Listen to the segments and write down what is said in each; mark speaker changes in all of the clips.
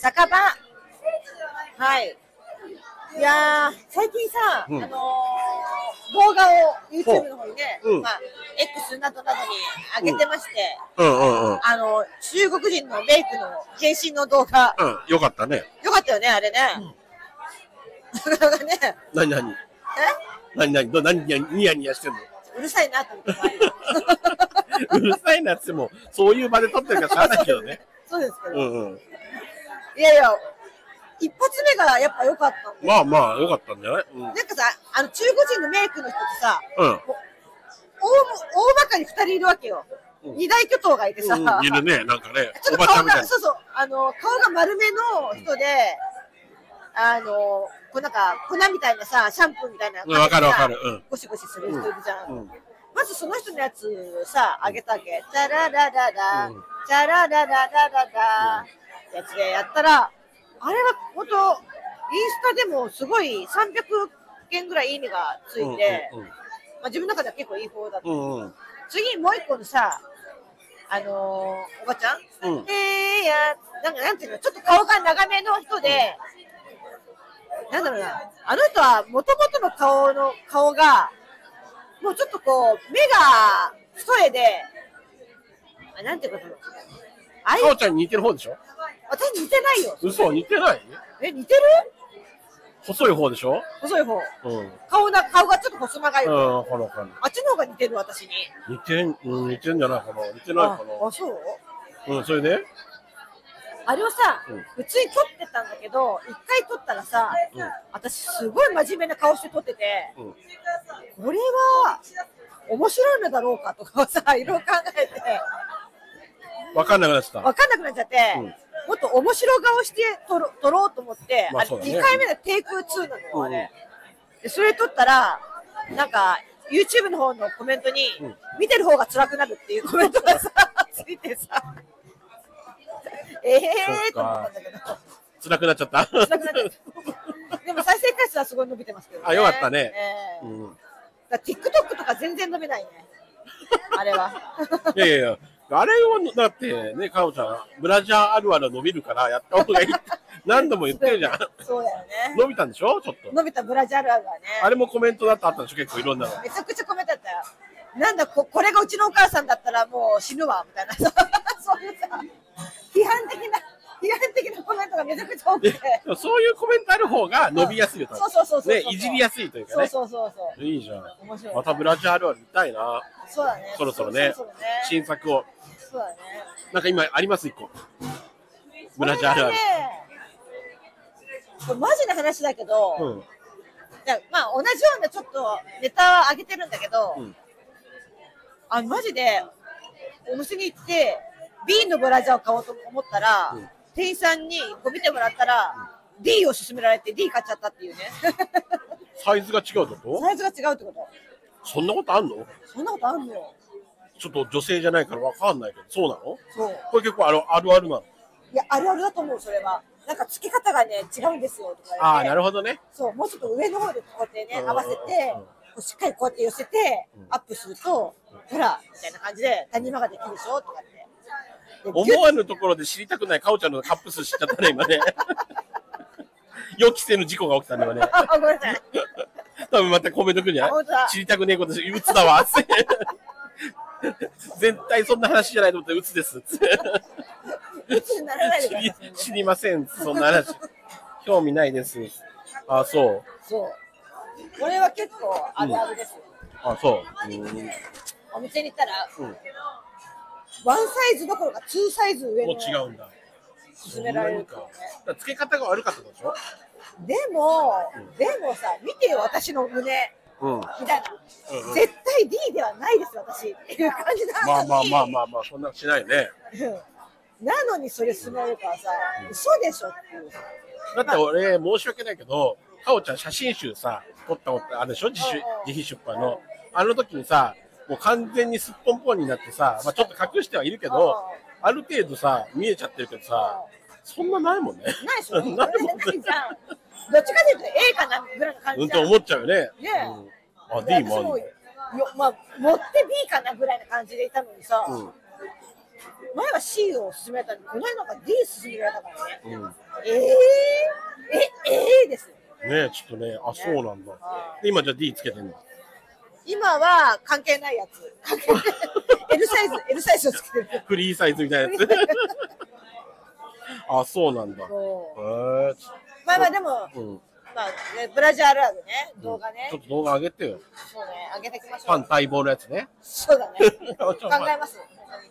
Speaker 1: 酒場はいいやー最近さ、
Speaker 2: うん
Speaker 1: あのー動画を YouTube の方にね、
Speaker 2: うん
Speaker 1: まあ、X などなどに上げてまして、
Speaker 2: うんうんうん。
Speaker 1: あの中国人のメイクの変身の動画
Speaker 2: うん、よかったね。
Speaker 1: よかったよねあれね、なかなかね
Speaker 2: なになになになになになにニヤニヤしてんの
Speaker 1: えうるさいなと思って
Speaker 2: うるさいなっつっても、そういう場で撮ってるからしゃあないけどね。
Speaker 1: そうですけど、
Speaker 2: うんうん。
Speaker 1: いやいや一発目がやっぱ良かったんで
Speaker 2: まあまあ、よかったんじゃないうん。うん。
Speaker 1: なんかさ、あの中国人のメイクの人ってさ、大大まかに2人いるわけよ。
Speaker 2: うん
Speaker 1: 二大巨頭がいてさ、
Speaker 2: うん、いるね、なんかね
Speaker 1: ちょ、っ
Speaker 2: お
Speaker 1: と
Speaker 2: ばちゃ
Speaker 1: 顔
Speaker 2: んみた
Speaker 1: が、
Speaker 2: いな。
Speaker 1: そうそう、あの顔が丸めの人で、あのこうなんか粉みたいなさ、シャンプーみたいな、
Speaker 2: うんわかるわかる。うん。
Speaker 1: ゴシゴシする人いるじゃん。
Speaker 2: うん
Speaker 1: まずその人のやつさ、あげたわけ。チャララララ
Speaker 2: うん、
Speaker 1: チャララララララ、やつでやったら、あれは本当、インスタでもすごい300件ぐらいいいねがついて、まあ、自分の中では結構いい方だった。
Speaker 2: うんうんうん。うん
Speaker 1: 次、もう一個のさ、あのーおばちゃん、
Speaker 2: うん。うん。
Speaker 1: えーや、なんかなんていうの、ちょっと顔が長めの人で、なんだろうな、あの人はもともとの顔の、顔が、もうちょっとこう、目が太重で、あなんていうのかな、あい
Speaker 2: かおちゃんに似てる方でしょ
Speaker 1: 私似てないよ。
Speaker 2: 嘘、似てない
Speaker 1: え、似てる
Speaker 2: 細い方でしょ
Speaker 1: 細い方。
Speaker 2: うん。うん、
Speaker 1: 顔な、顔がちょっと細長い。
Speaker 2: ほらほら。
Speaker 1: あっちの方が似てる、私に。
Speaker 2: 似てん、うん、似てんじゃないかな。似てないか
Speaker 1: ああ、そう
Speaker 2: な。うん、それで
Speaker 1: あれをさ、
Speaker 2: うん
Speaker 1: 普通に撮ってたんだけど、一回撮ったらさ、
Speaker 2: うん
Speaker 1: 私すごい真面目な顔して撮ってて、
Speaker 2: うん。
Speaker 1: これは面白いのだろうかとかさ、いろいろ考えて、
Speaker 2: わかんなくなってた。
Speaker 1: わかんなくなっちゃって、
Speaker 2: うん
Speaker 1: もっと面白顔して撮ろ撮ろうと思って、
Speaker 2: まあ
Speaker 1: れ
Speaker 2: そうだね
Speaker 1: 2回目でテイク2なのよ、あ
Speaker 2: うんう
Speaker 1: れ。でそれ撮ったら、なんか、YouTube の方のコメントに、
Speaker 2: うん
Speaker 1: 見てる方が辛くなるっていうコメントがさ、 ついてさ、え
Speaker 2: そ
Speaker 1: え
Speaker 2: っ
Speaker 1: ーと思った
Speaker 2: か
Speaker 1: んだけど。
Speaker 2: 辛くなっちゃった。
Speaker 1: 辛くなっちゃったでも再生回数はすごい伸びてますけど、ね。
Speaker 2: あよかったね
Speaker 1: ええ
Speaker 2: うん。
Speaker 1: だから TikTok とか全然伸びないね。あれは。
Speaker 2: いやいやいや。あれを、だってね、かおちゃん、ブラジャーあるある伸びるからやった方がいいって何度も言ってるじゃん。
Speaker 1: そうだよね。
Speaker 2: 伸びたんでしょちょっと。
Speaker 1: 伸びたブラジャールあるわね。
Speaker 2: あれもコメントだってあったんでしょ結構いろんなの。
Speaker 1: めちゃくちゃコメントだったよ。なんだこ、これがうちのお母さんだったらもう死ぬわ、みたいな。そういうさ、批判的な、批判的なコメントがめちゃくちゃ多く
Speaker 2: で
Speaker 1: て。
Speaker 2: でもそういうコメントある方が伸びやすいよ、多
Speaker 1: そう
Speaker 2: 分
Speaker 1: そうそうそうそう。
Speaker 2: ね、いじりやすいというか
Speaker 1: そう
Speaker 2: ね。
Speaker 1: そうそうそ
Speaker 2: いいじゃん。
Speaker 1: う。面白い。
Speaker 2: またブラジャーあるある見たいな。
Speaker 1: そうだね。
Speaker 2: そろそろね
Speaker 1: そうそうそう
Speaker 2: 新作を。
Speaker 1: そうだね。
Speaker 2: なんか今あります一個。ブラジャーある
Speaker 1: こ。れは
Speaker 2: ある
Speaker 1: ねこれマジな話だけど、
Speaker 2: うん。
Speaker 1: じゃあまあ同じようなちょっとネタは上げてるんだけど、
Speaker 2: うん
Speaker 1: あマジでお店に行って瓶のブラジャーを買おうと思ったら、
Speaker 2: うん
Speaker 1: 店員さんにこう見てもらったら、D を勧められて D 買っちゃったっていうね
Speaker 2: サイズが違うってこと
Speaker 1: サイズが違うってこと
Speaker 2: そんなことあんの
Speaker 1: そんなことあんのよ
Speaker 2: ちょっと女性じゃないからわかんないけど、そうなの
Speaker 1: そう
Speaker 2: これ結構あるあるあるなの。
Speaker 1: いやあるあるだと思うそれはなんか付け方がね違うんですよとか
Speaker 2: あ
Speaker 1: 言っ
Speaker 2: あ、な
Speaker 1: て
Speaker 2: るほどね。
Speaker 1: そうもうちょっと上の方でこうやってね
Speaker 2: うん
Speaker 1: 合わせて
Speaker 2: うん
Speaker 1: こうしっかりこうやって寄せて
Speaker 2: うん
Speaker 1: アップするとほらみたいな感じで谷間ができるでしょとかってでギュッ
Speaker 2: 思わぬところで知りたくないかおちゃんのカップ数知っちゃったね、今ね。 予期せぬ事故が起きたんだよね。
Speaker 1: あ、ごめんなさい。
Speaker 2: 多分またコメント来るんじゃ
Speaker 1: あ
Speaker 2: な
Speaker 1: 本
Speaker 2: い
Speaker 1: 当だ
Speaker 2: 知りたくねえことし、うつだわ、 つって。絶対そんな話じゃないと思って、うつです。 つって
Speaker 1: 鬱にならないで
Speaker 2: 知
Speaker 1: くだ
Speaker 2: り
Speaker 1: さい。
Speaker 2: 知りません、そんな話。興味ないです。あ、そう。
Speaker 1: そう。これは結構あるあるですよ。
Speaker 2: あ、そう。うーん
Speaker 1: お店に行ったら、
Speaker 2: うん
Speaker 1: ワンサイズどころかツーサイズ上
Speaker 2: も
Speaker 1: の
Speaker 2: う違うんだ。
Speaker 1: 勧められるからね。
Speaker 2: だから付け方が悪かったでしょ
Speaker 1: でも、でもさ、見てよ、私の胸。
Speaker 2: うん。うん
Speaker 1: みたいな、
Speaker 2: うん
Speaker 1: 絶対 D ではないです、私。っていう感じなのに。
Speaker 2: まあまあまあまあまあ、そんなしないね。
Speaker 1: うんなのにそれ勧められるからさ、嘘でしょっていう。
Speaker 2: だって俺、申し訳ないけど、かおちゃん写真集さ、撮ったことあるでしょ自主
Speaker 1: うんうん、
Speaker 2: 自費出版の。あの時にさ、もう完全にすっぽんぽんになってさ、まあちょっと隠してはいるけど、ある程度さ、見えちゃってるけどさ、そんなないもんね。
Speaker 1: ないでし
Speaker 2: な
Speaker 1: ょ
Speaker 2: いもん
Speaker 1: ないじゃん。どっちかというと A かなぐらいの感
Speaker 2: う
Speaker 1: じ
Speaker 2: ん
Speaker 1: じゃ
Speaker 2: と
Speaker 1: ん。
Speaker 2: 思っちゃうよね。
Speaker 1: ね
Speaker 2: うんあ、
Speaker 1: で
Speaker 2: D もあ
Speaker 1: 私
Speaker 2: る
Speaker 1: もよ、まあ、持って B かなぐらいの感じでいたのにさ、
Speaker 2: うん
Speaker 1: 前は C を勧められたのに、この辺なんか D 勧められたからね。
Speaker 2: うん。ね
Speaker 1: えー、え、えー、です。
Speaker 2: え、ちょっとね、あ、そうなんだ。で今じゃあ D つけてんの。
Speaker 1: 今は関係ないやつ。関係 ない L サイズ、L サイズをつけてる。
Speaker 2: フリーサイズみたいなやつ。 あ、そうなんだ。へ
Speaker 1: そ
Speaker 2: え。
Speaker 1: うまあまあでも、
Speaker 2: うん。
Speaker 1: まあね、ブラジャーあるあるね、動画ね
Speaker 2: ちょ。っと動画上げてよ。
Speaker 1: そうね、上げていきましょ
Speaker 2: パ
Speaker 1: う
Speaker 2: ン。待望のやつ ね。
Speaker 1: そうだね。
Speaker 2: ち
Speaker 1: 考
Speaker 2: ょっと待っ
Speaker 1: え
Speaker 2: て
Speaker 1: ます。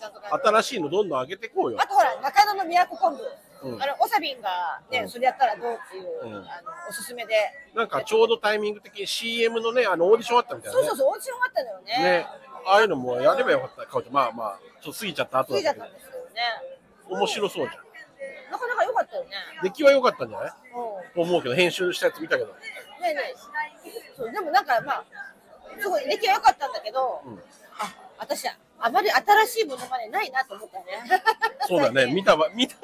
Speaker 1: ちゃんと考えます
Speaker 2: 新しいのどんどん上げていこうよ
Speaker 1: あ。とほら、中野の都昆布。
Speaker 2: うん
Speaker 1: あれ、おさびんがね、
Speaker 2: うん
Speaker 1: それやったらどうっていう、
Speaker 2: うん
Speaker 1: あのおすすめで。
Speaker 2: なんかちょうどタイミング的に CM のね、あのオーディションあったみたいな
Speaker 1: そう
Speaker 2: ね
Speaker 1: そう。そう、オーディションがあったんだよね。
Speaker 2: ね、ああいうのもやればよかった。かおちゃん、まあまあ、ちょっと過ぎちゃった後
Speaker 1: つ
Speaker 2: だ
Speaker 1: いちゃ
Speaker 2: っ
Speaker 1: ったたん
Speaker 2: け
Speaker 1: ですよね。
Speaker 2: ど、面白そうじゃん。
Speaker 1: なかなか良かったよね。
Speaker 2: 出来は良かったんじゃな
Speaker 1: う
Speaker 2: い
Speaker 1: ん。
Speaker 2: と思うけど、編集したやつ見たけど。
Speaker 1: ねえねえそうでもなんかまあすごい出来は良かったんだけど、
Speaker 2: うん
Speaker 1: あ私あまり新しいものまでないなと思ったね
Speaker 2: そうだね、見 たわ、見た、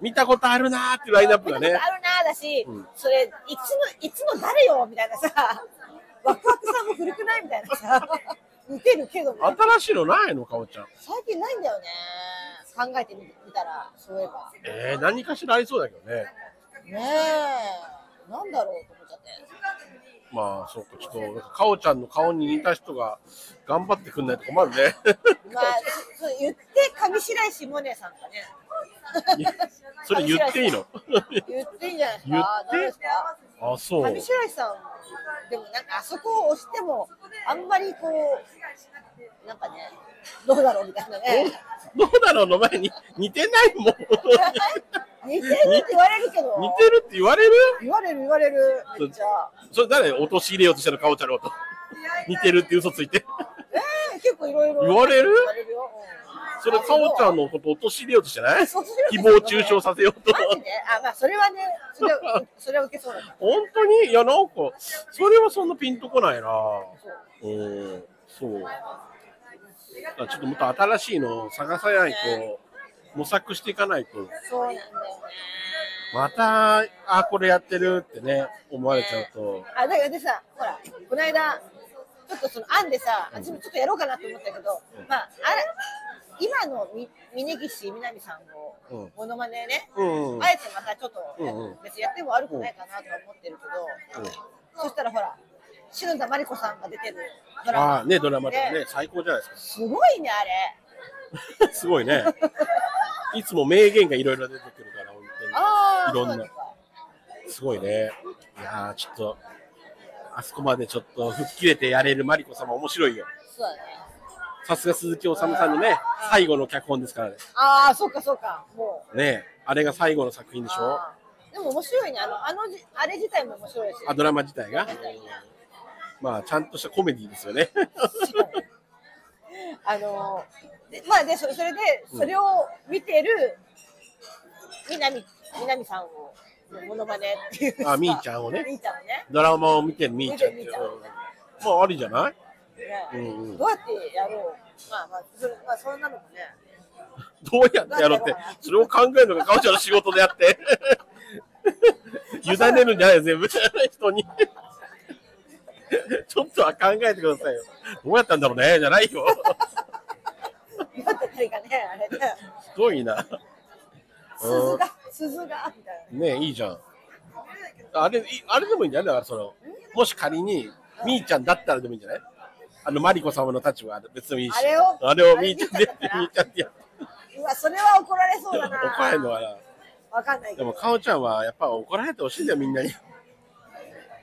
Speaker 2: 見たことあるなーっていうラインナップ
Speaker 1: 見た
Speaker 2: が
Speaker 1: ことある
Speaker 2: ね。
Speaker 1: なだし、
Speaker 2: うん
Speaker 1: それいつのいつの誰よみたいなさ ワクワクさんも古くないみたいなさ 似てるけどね
Speaker 2: 新しいのないのかおちゃん。
Speaker 1: 最近ないんだよね考えてみみたらそういえば
Speaker 2: えー、何かしらありそうだけどね。
Speaker 1: ねえなんだろうと思っちゃって
Speaker 2: まあ、そっか、ちょっと、なんかかおちゃんの顔に似た人が頑張ってくんないと困るね。
Speaker 1: まあそそう言って上白石萌音さんがね
Speaker 2: いや それ言っていいの
Speaker 1: 言っていいんじゃないですか
Speaker 2: 言って
Speaker 1: どうですか
Speaker 2: あ、そう。
Speaker 1: 上白石さんでもなんかあそこを押してもあんまりこうなんかねどうだろうみたいなね
Speaker 2: どうだろうの前に似てないもん。
Speaker 1: 似てるって言われるけど
Speaker 2: 似てるって言われる
Speaker 1: 言われる言われるめっちゃ
Speaker 2: それ誰落とし入れようとしてるかおちゃんのこと。似てるって嘘ついて。
Speaker 1: えー結構いろいろ
Speaker 2: 言われる
Speaker 1: 言われるよ、うん
Speaker 2: それかおちゃんのこと落とし入れようとしてない
Speaker 1: そうするよ
Speaker 2: 誹
Speaker 1: ね
Speaker 2: 謗中傷させようと。
Speaker 1: マジであまあそれはねそれ はそれは受けそうだな
Speaker 2: 本当にいや、なんか、それはそんなピンとこないな
Speaker 1: そう
Speaker 2: うん、そう。だからちょっともっと新しいのを探さないと、模索していかないと、
Speaker 1: そうなんだよね
Speaker 2: また、あ、これやってるってね、思われちゃうと。
Speaker 1: あだからでさほらこの間ちょっとその案でさ私もちょっとやろうかなと思ったけど、
Speaker 2: うん
Speaker 1: まああれ今のみ峯岸みなみさんの
Speaker 2: うん
Speaker 1: モノマネね、
Speaker 2: うん、うん。
Speaker 1: あえてまたちょっと、
Speaker 2: うんうん
Speaker 1: 別にやっても悪くないかなとは思ってるけど、そしたらほら篠田麻里子さんが出てるドラマ
Speaker 2: ああ、ね、ドラマとかね、最高じゃないです
Speaker 1: すごいねあれ
Speaker 2: か。 すごいね。いつも名言がいろいろ出てくるから、本
Speaker 1: ああ
Speaker 2: いろんな
Speaker 1: そうですか
Speaker 2: 当に。すごいね。いやー、ちょっと、あそこまでちょっと吹っ切れてやれるマリコ様面白いよ。
Speaker 1: そうだね
Speaker 2: さすが鈴木おさむさんのね、最後の脚本ですからね。
Speaker 1: ああそうかそうかもう
Speaker 2: ねあれが最後の作品でしょ
Speaker 1: あーでも面白いねあのあのじあれ自体も面白いし
Speaker 2: あ、ドラマ自体が。まあ、ちゃんとしたコメディですよね。
Speaker 1: あのでまあでそそれでそれを見てる南南さんをモノマネっていうさ
Speaker 2: あみーちゃんをね
Speaker 1: みーちゃんをね
Speaker 2: ドラマを見てるみーちゃんってい
Speaker 1: 見
Speaker 2: う
Speaker 1: てるみー。
Speaker 2: まあ、ありじゃない
Speaker 1: ね
Speaker 2: うんうん
Speaker 1: どうやってやろうまあまあそれまあそんなのもね
Speaker 2: どうやってやろうって、それを考えるのが彼女の仕事であって。 委ねるんじゃないよ、全部。人 に。ちょっとは考えてくださいよ。どうやったんだろうね、じゃないよ。
Speaker 1: だって何かねあれね
Speaker 2: ひどいな。
Speaker 1: 鈴が鈴がみたい
Speaker 2: ねえ、いいじゃん。あれ、いあれでもいいんじゃないだから、その、もし仮に、みーちゃんだったらでもいいんじゃないあの、マリコ様の立場は別にいいし。
Speaker 1: あれを
Speaker 2: あれをみーちゃんで、み
Speaker 1: あれ
Speaker 2: ー
Speaker 1: みー
Speaker 2: ちゃんでやって。
Speaker 1: なうわそれは怒られそうだな
Speaker 2: 怒られるのはな。
Speaker 1: わかんないけ
Speaker 2: でも、
Speaker 1: ど
Speaker 2: かおちゃんは、やっぱ怒られてほしいんだよ、みんなに。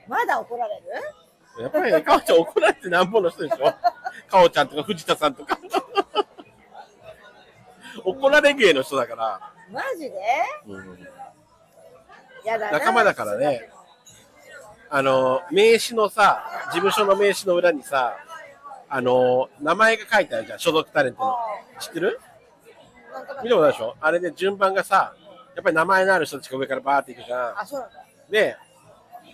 Speaker 1: まだ怒られる
Speaker 2: やっぱり、かおちゃん怒られてなんぼの人でしょかおちゃんとか藤田さんとか。怒られ芸の人だから。
Speaker 1: マジで
Speaker 2: うん
Speaker 1: やだな
Speaker 2: 仲間だからね、あの、名刺のさ、事務所の名刺の裏にさ、あの、名前が書いてあるじゃん、所属タレントの。知ってる
Speaker 1: なんとなく
Speaker 2: 見たことないでしょあれで順番がさ、やっぱり名前のある人たちが上からバーっていくじゃ
Speaker 1: あそうなんだ
Speaker 2: ん。で、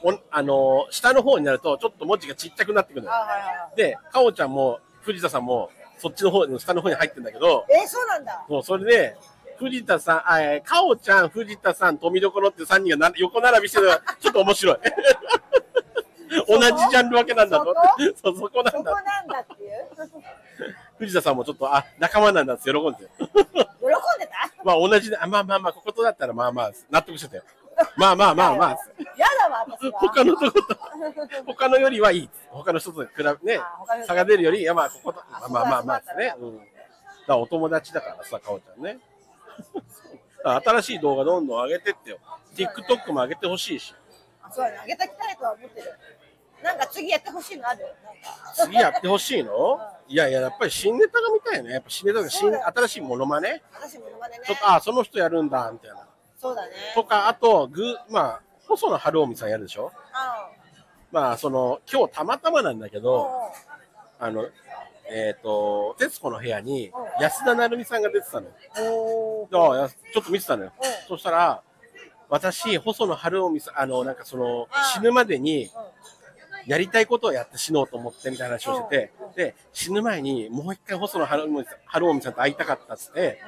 Speaker 2: おあの、下の方になると、ちょっと文字がちっちゃくなってくる
Speaker 1: あ
Speaker 2: のよ。
Speaker 1: はいはいは
Speaker 2: で、かおちゃんも、藤田さんも、そっちの方の下の方に入ってんだけど、
Speaker 1: いえそうなんだ
Speaker 2: そう、それで、藤田さん、あえー、かおちゃん、藤田さん、富所っていう3人がな横並びしてるのがちょっと面白い。同じジャンル分けなんだと思って。そう、そこな
Speaker 1: そ
Speaker 2: ん
Speaker 1: こ
Speaker 2: だ。
Speaker 1: なんだっていう。
Speaker 2: 藤田さんもちょっと、あ、仲間なんだって喜んで。
Speaker 1: 喜んでた
Speaker 2: まあ同じで、あまあまあまあ、こことだったらまあまあ、納得してたよ。まあまあまあまあ。
Speaker 1: やだわ、私は。
Speaker 2: 他のとこと、 他のよりはいい。他の人と比べ、ね
Speaker 1: あ他の、人
Speaker 2: 差が出るより、いやまあ、ここと、ま
Speaker 1: あ
Speaker 2: あまあまあまあ
Speaker 1: そ
Speaker 2: で
Speaker 1: うだ
Speaker 2: すね。。
Speaker 1: そううん
Speaker 2: だからお友達だからさ、かおちゃ んね。だから新しい動画どんどん上げてってよ。TikTok も上げてほしいし。
Speaker 1: あそうやね、あげたきたいとは思ってる。なんか次やってほしいのあるなんか。
Speaker 2: 次やってほしいのいやいや、やっぱり新ネタが見たいよね。やっぱ新ネタが
Speaker 1: そ
Speaker 2: 新、
Speaker 1: うだよ
Speaker 2: 新しいモノマネ
Speaker 1: 私ものまねね
Speaker 2: ちょ。っと、あ、その人やるんだ、みたいな。
Speaker 1: そうだね。
Speaker 2: とか、あと、ぐ、まあ、細野晴臣さんやるでしょ
Speaker 1: あ
Speaker 2: まあ、その、今日たまたまなんだけ
Speaker 1: の、
Speaker 2: ど、
Speaker 1: おう
Speaker 2: あの、えっ、と、徹子の部屋に安田成美さんが出てたのよ。
Speaker 1: おう。
Speaker 2: であやすちょっと見てたのよ。
Speaker 1: うん
Speaker 2: そしたら、私、細野晴臣さん、あの、なんかその
Speaker 1: あ、
Speaker 2: 死ぬまでに
Speaker 1: うん、
Speaker 2: やりたいことをやって死のうと思ってみたいな話をしてて、で、死ぬ前にもう一回細野晴臣さん晴臣さんと会いたかったっつって、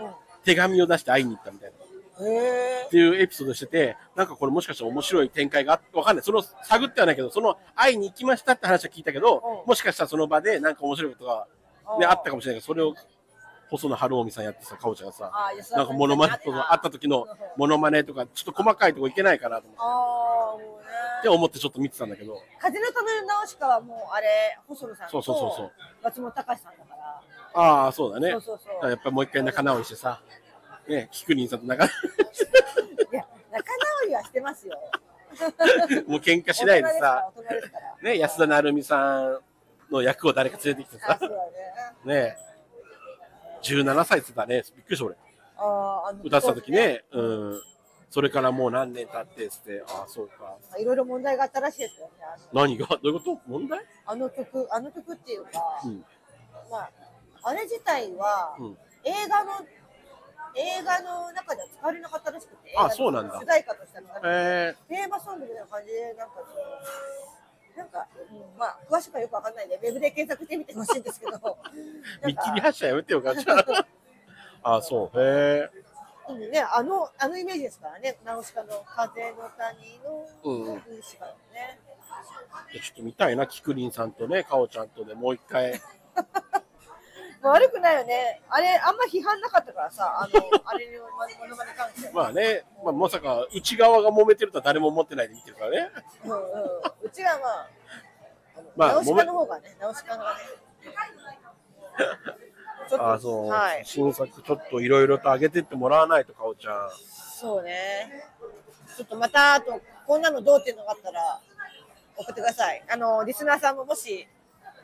Speaker 2: 手紙を出して会いに行ったみたいな。
Speaker 1: うん。へ
Speaker 2: っ
Speaker 1: え。
Speaker 2: ていうエピソードしてて、なんかこれもしかしたら面白い展開があって、わかんない。その探ってはないけど、その会いに行きましたって話は聞いたけど
Speaker 1: う、ん
Speaker 2: もしかしたらその場でなんか面白いことが
Speaker 1: おう
Speaker 2: ね、あったかもしれないけど、それを細野晴臣さんやってさ、かおちゃんがさ、
Speaker 1: あ安田さ
Speaker 2: なんかモノマネとか、あった時のモノマネとか、ちょっと細かいとこいけないかなと思って
Speaker 1: ああ、もうね。
Speaker 2: って思ってちょっと見てたんだけど、
Speaker 1: 風の止める直しかはもうあれ、細野さん
Speaker 2: そ
Speaker 1: と
Speaker 2: うそうそうそう
Speaker 1: 松本隆さんだから。
Speaker 2: ああ、そうだね。
Speaker 1: そうそうそう
Speaker 2: だからやっぱりもう一回仲直りしてさ、ね、菊林さんと仲、
Speaker 1: いや、仲直りはしてますよ。
Speaker 2: もう喧嘩しないでさ、
Speaker 1: 大人ですから。大人ですから
Speaker 2: ね、安田成美さんの役を誰か連れてきて
Speaker 1: あ
Speaker 2: さ
Speaker 1: そ、うだね。
Speaker 2: ね、17歳って言ったね、びっくりした俺。
Speaker 1: あーあの
Speaker 2: 歌ってた時。ね、うん。それからもう何年経ってっつって、ああ、そうか。
Speaker 1: いろいろ問題があったらしいですよね。あの
Speaker 2: 何がどういうこと問題
Speaker 1: あの曲、あの曲っていうか、
Speaker 2: うん。
Speaker 1: まあ、あれ自体は、
Speaker 2: うん
Speaker 1: 映画の、映画の中では使われなかったらしくて、
Speaker 2: あ
Speaker 1: 映画の
Speaker 2: そうなんだ
Speaker 1: 主題歌としては使われなかっ
Speaker 2: え
Speaker 1: たテーマソングみたいな感じで、なんかその、なんか、うん、まあ、詳しくはよくわかんないんで、ウェブで検索してみてほしいんです けど、なんか
Speaker 2: ー、見切り発車やめてよ、ガチャ。 あ、そう。へえ。
Speaker 1: うんね、あの、あのイメージですからね、ナウシカの風の谷の、
Speaker 2: うんうん
Speaker 1: うん、しかね。
Speaker 2: ちょっと見たいな、菊林さんとね、かおちゃんとね、もう一回。
Speaker 1: まあ、悪くないよね。あれ、あんま批判なかったからさ、 あの、あれのものまね関して。
Speaker 2: まあね、まあ、まさか内側が揉めてるとは誰も思ってないで見てるからね。
Speaker 1: うんうんうちはまあ、
Speaker 2: まあ
Speaker 1: ナウシカの方がね、ナウシカが ね。ちょっと
Speaker 2: あ、そう。
Speaker 1: はい。
Speaker 2: 新作ちょっといろいろと上げてってもらわないと、かおちゃん。
Speaker 1: そうね。ちょっとまた、あと、こんなのどうっていうのがあったら、送ってください。あの、リスナーさんももし、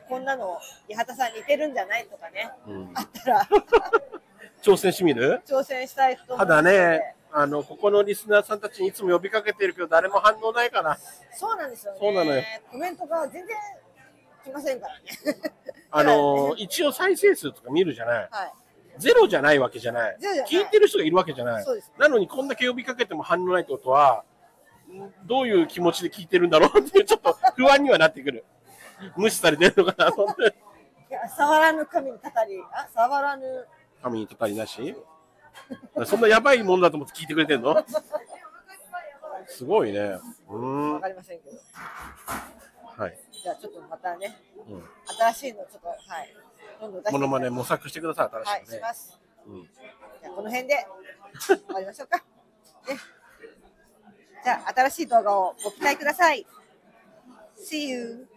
Speaker 1: こんなの、八幡さん似てるんじゃないとかね、
Speaker 2: うん
Speaker 1: あったら、
Speaker 2: 挑戦してみる
Speaker 1: 挑戦したいと思
Speaker 2: た
Speaker 1: いま
Speaker 2: だ
Speaker 1: すので
Speaker 2: ね、あの、ここのリスナーさんたちにいつも呼びかけてるけど、誰も反応ないから、
Speaker 1: そうなんですよね。
Speaker 2: そうなのよ
Speaker 1: コメントが全然来ませんからね。
Speaker 2: あの、
Speaker 1: ね
Speaker 2: 一応再生数とか見るじゃない。
Speaker 1: はい。
Speaker 2: ゼロじゃないわけじゃない
Speaker 1: ゼロじゃ。ない
Speaker 2: 聞いてる人がいるわけじゃない
Speaker 1: そうです。
Speaker 2: なのにこんだけ呼びかけても反応ないってことは、んどういう気持ちで聞いてるんだろうっていう、ちょっと不安にはなってくる。無視されてるのかな、 そんな。
Speaker 1: いや、触らぬ神にたたり、あ、触らぬ。
Speaker 2: 神にたたりなしそんなやばいもんだと思って聞いてくれてんのすごいね。うーん。
Speaker 1: わ
Speaker 2: は
Speaker 1: かりませんけど。
Speaker 2: い。
Speaker 1: じゃあちょっとまたね、
Speaker 2: うん
Speaker 1: 新しいのちょっと、はい。どんどん出して
Speaker 2: ものまね模索してください、
Speaker 1: は
Speaker 2: 新
Speaker 1: い、
Speaker 2: しい
Speaker 1: し
Speaker 2: のね。
Speaker 1: ます。
Speaker 2: うん
Speaker 1: じゃあこの辺で終わりましょうか。ね。じゃあ新しい動画をご期待ください。See you!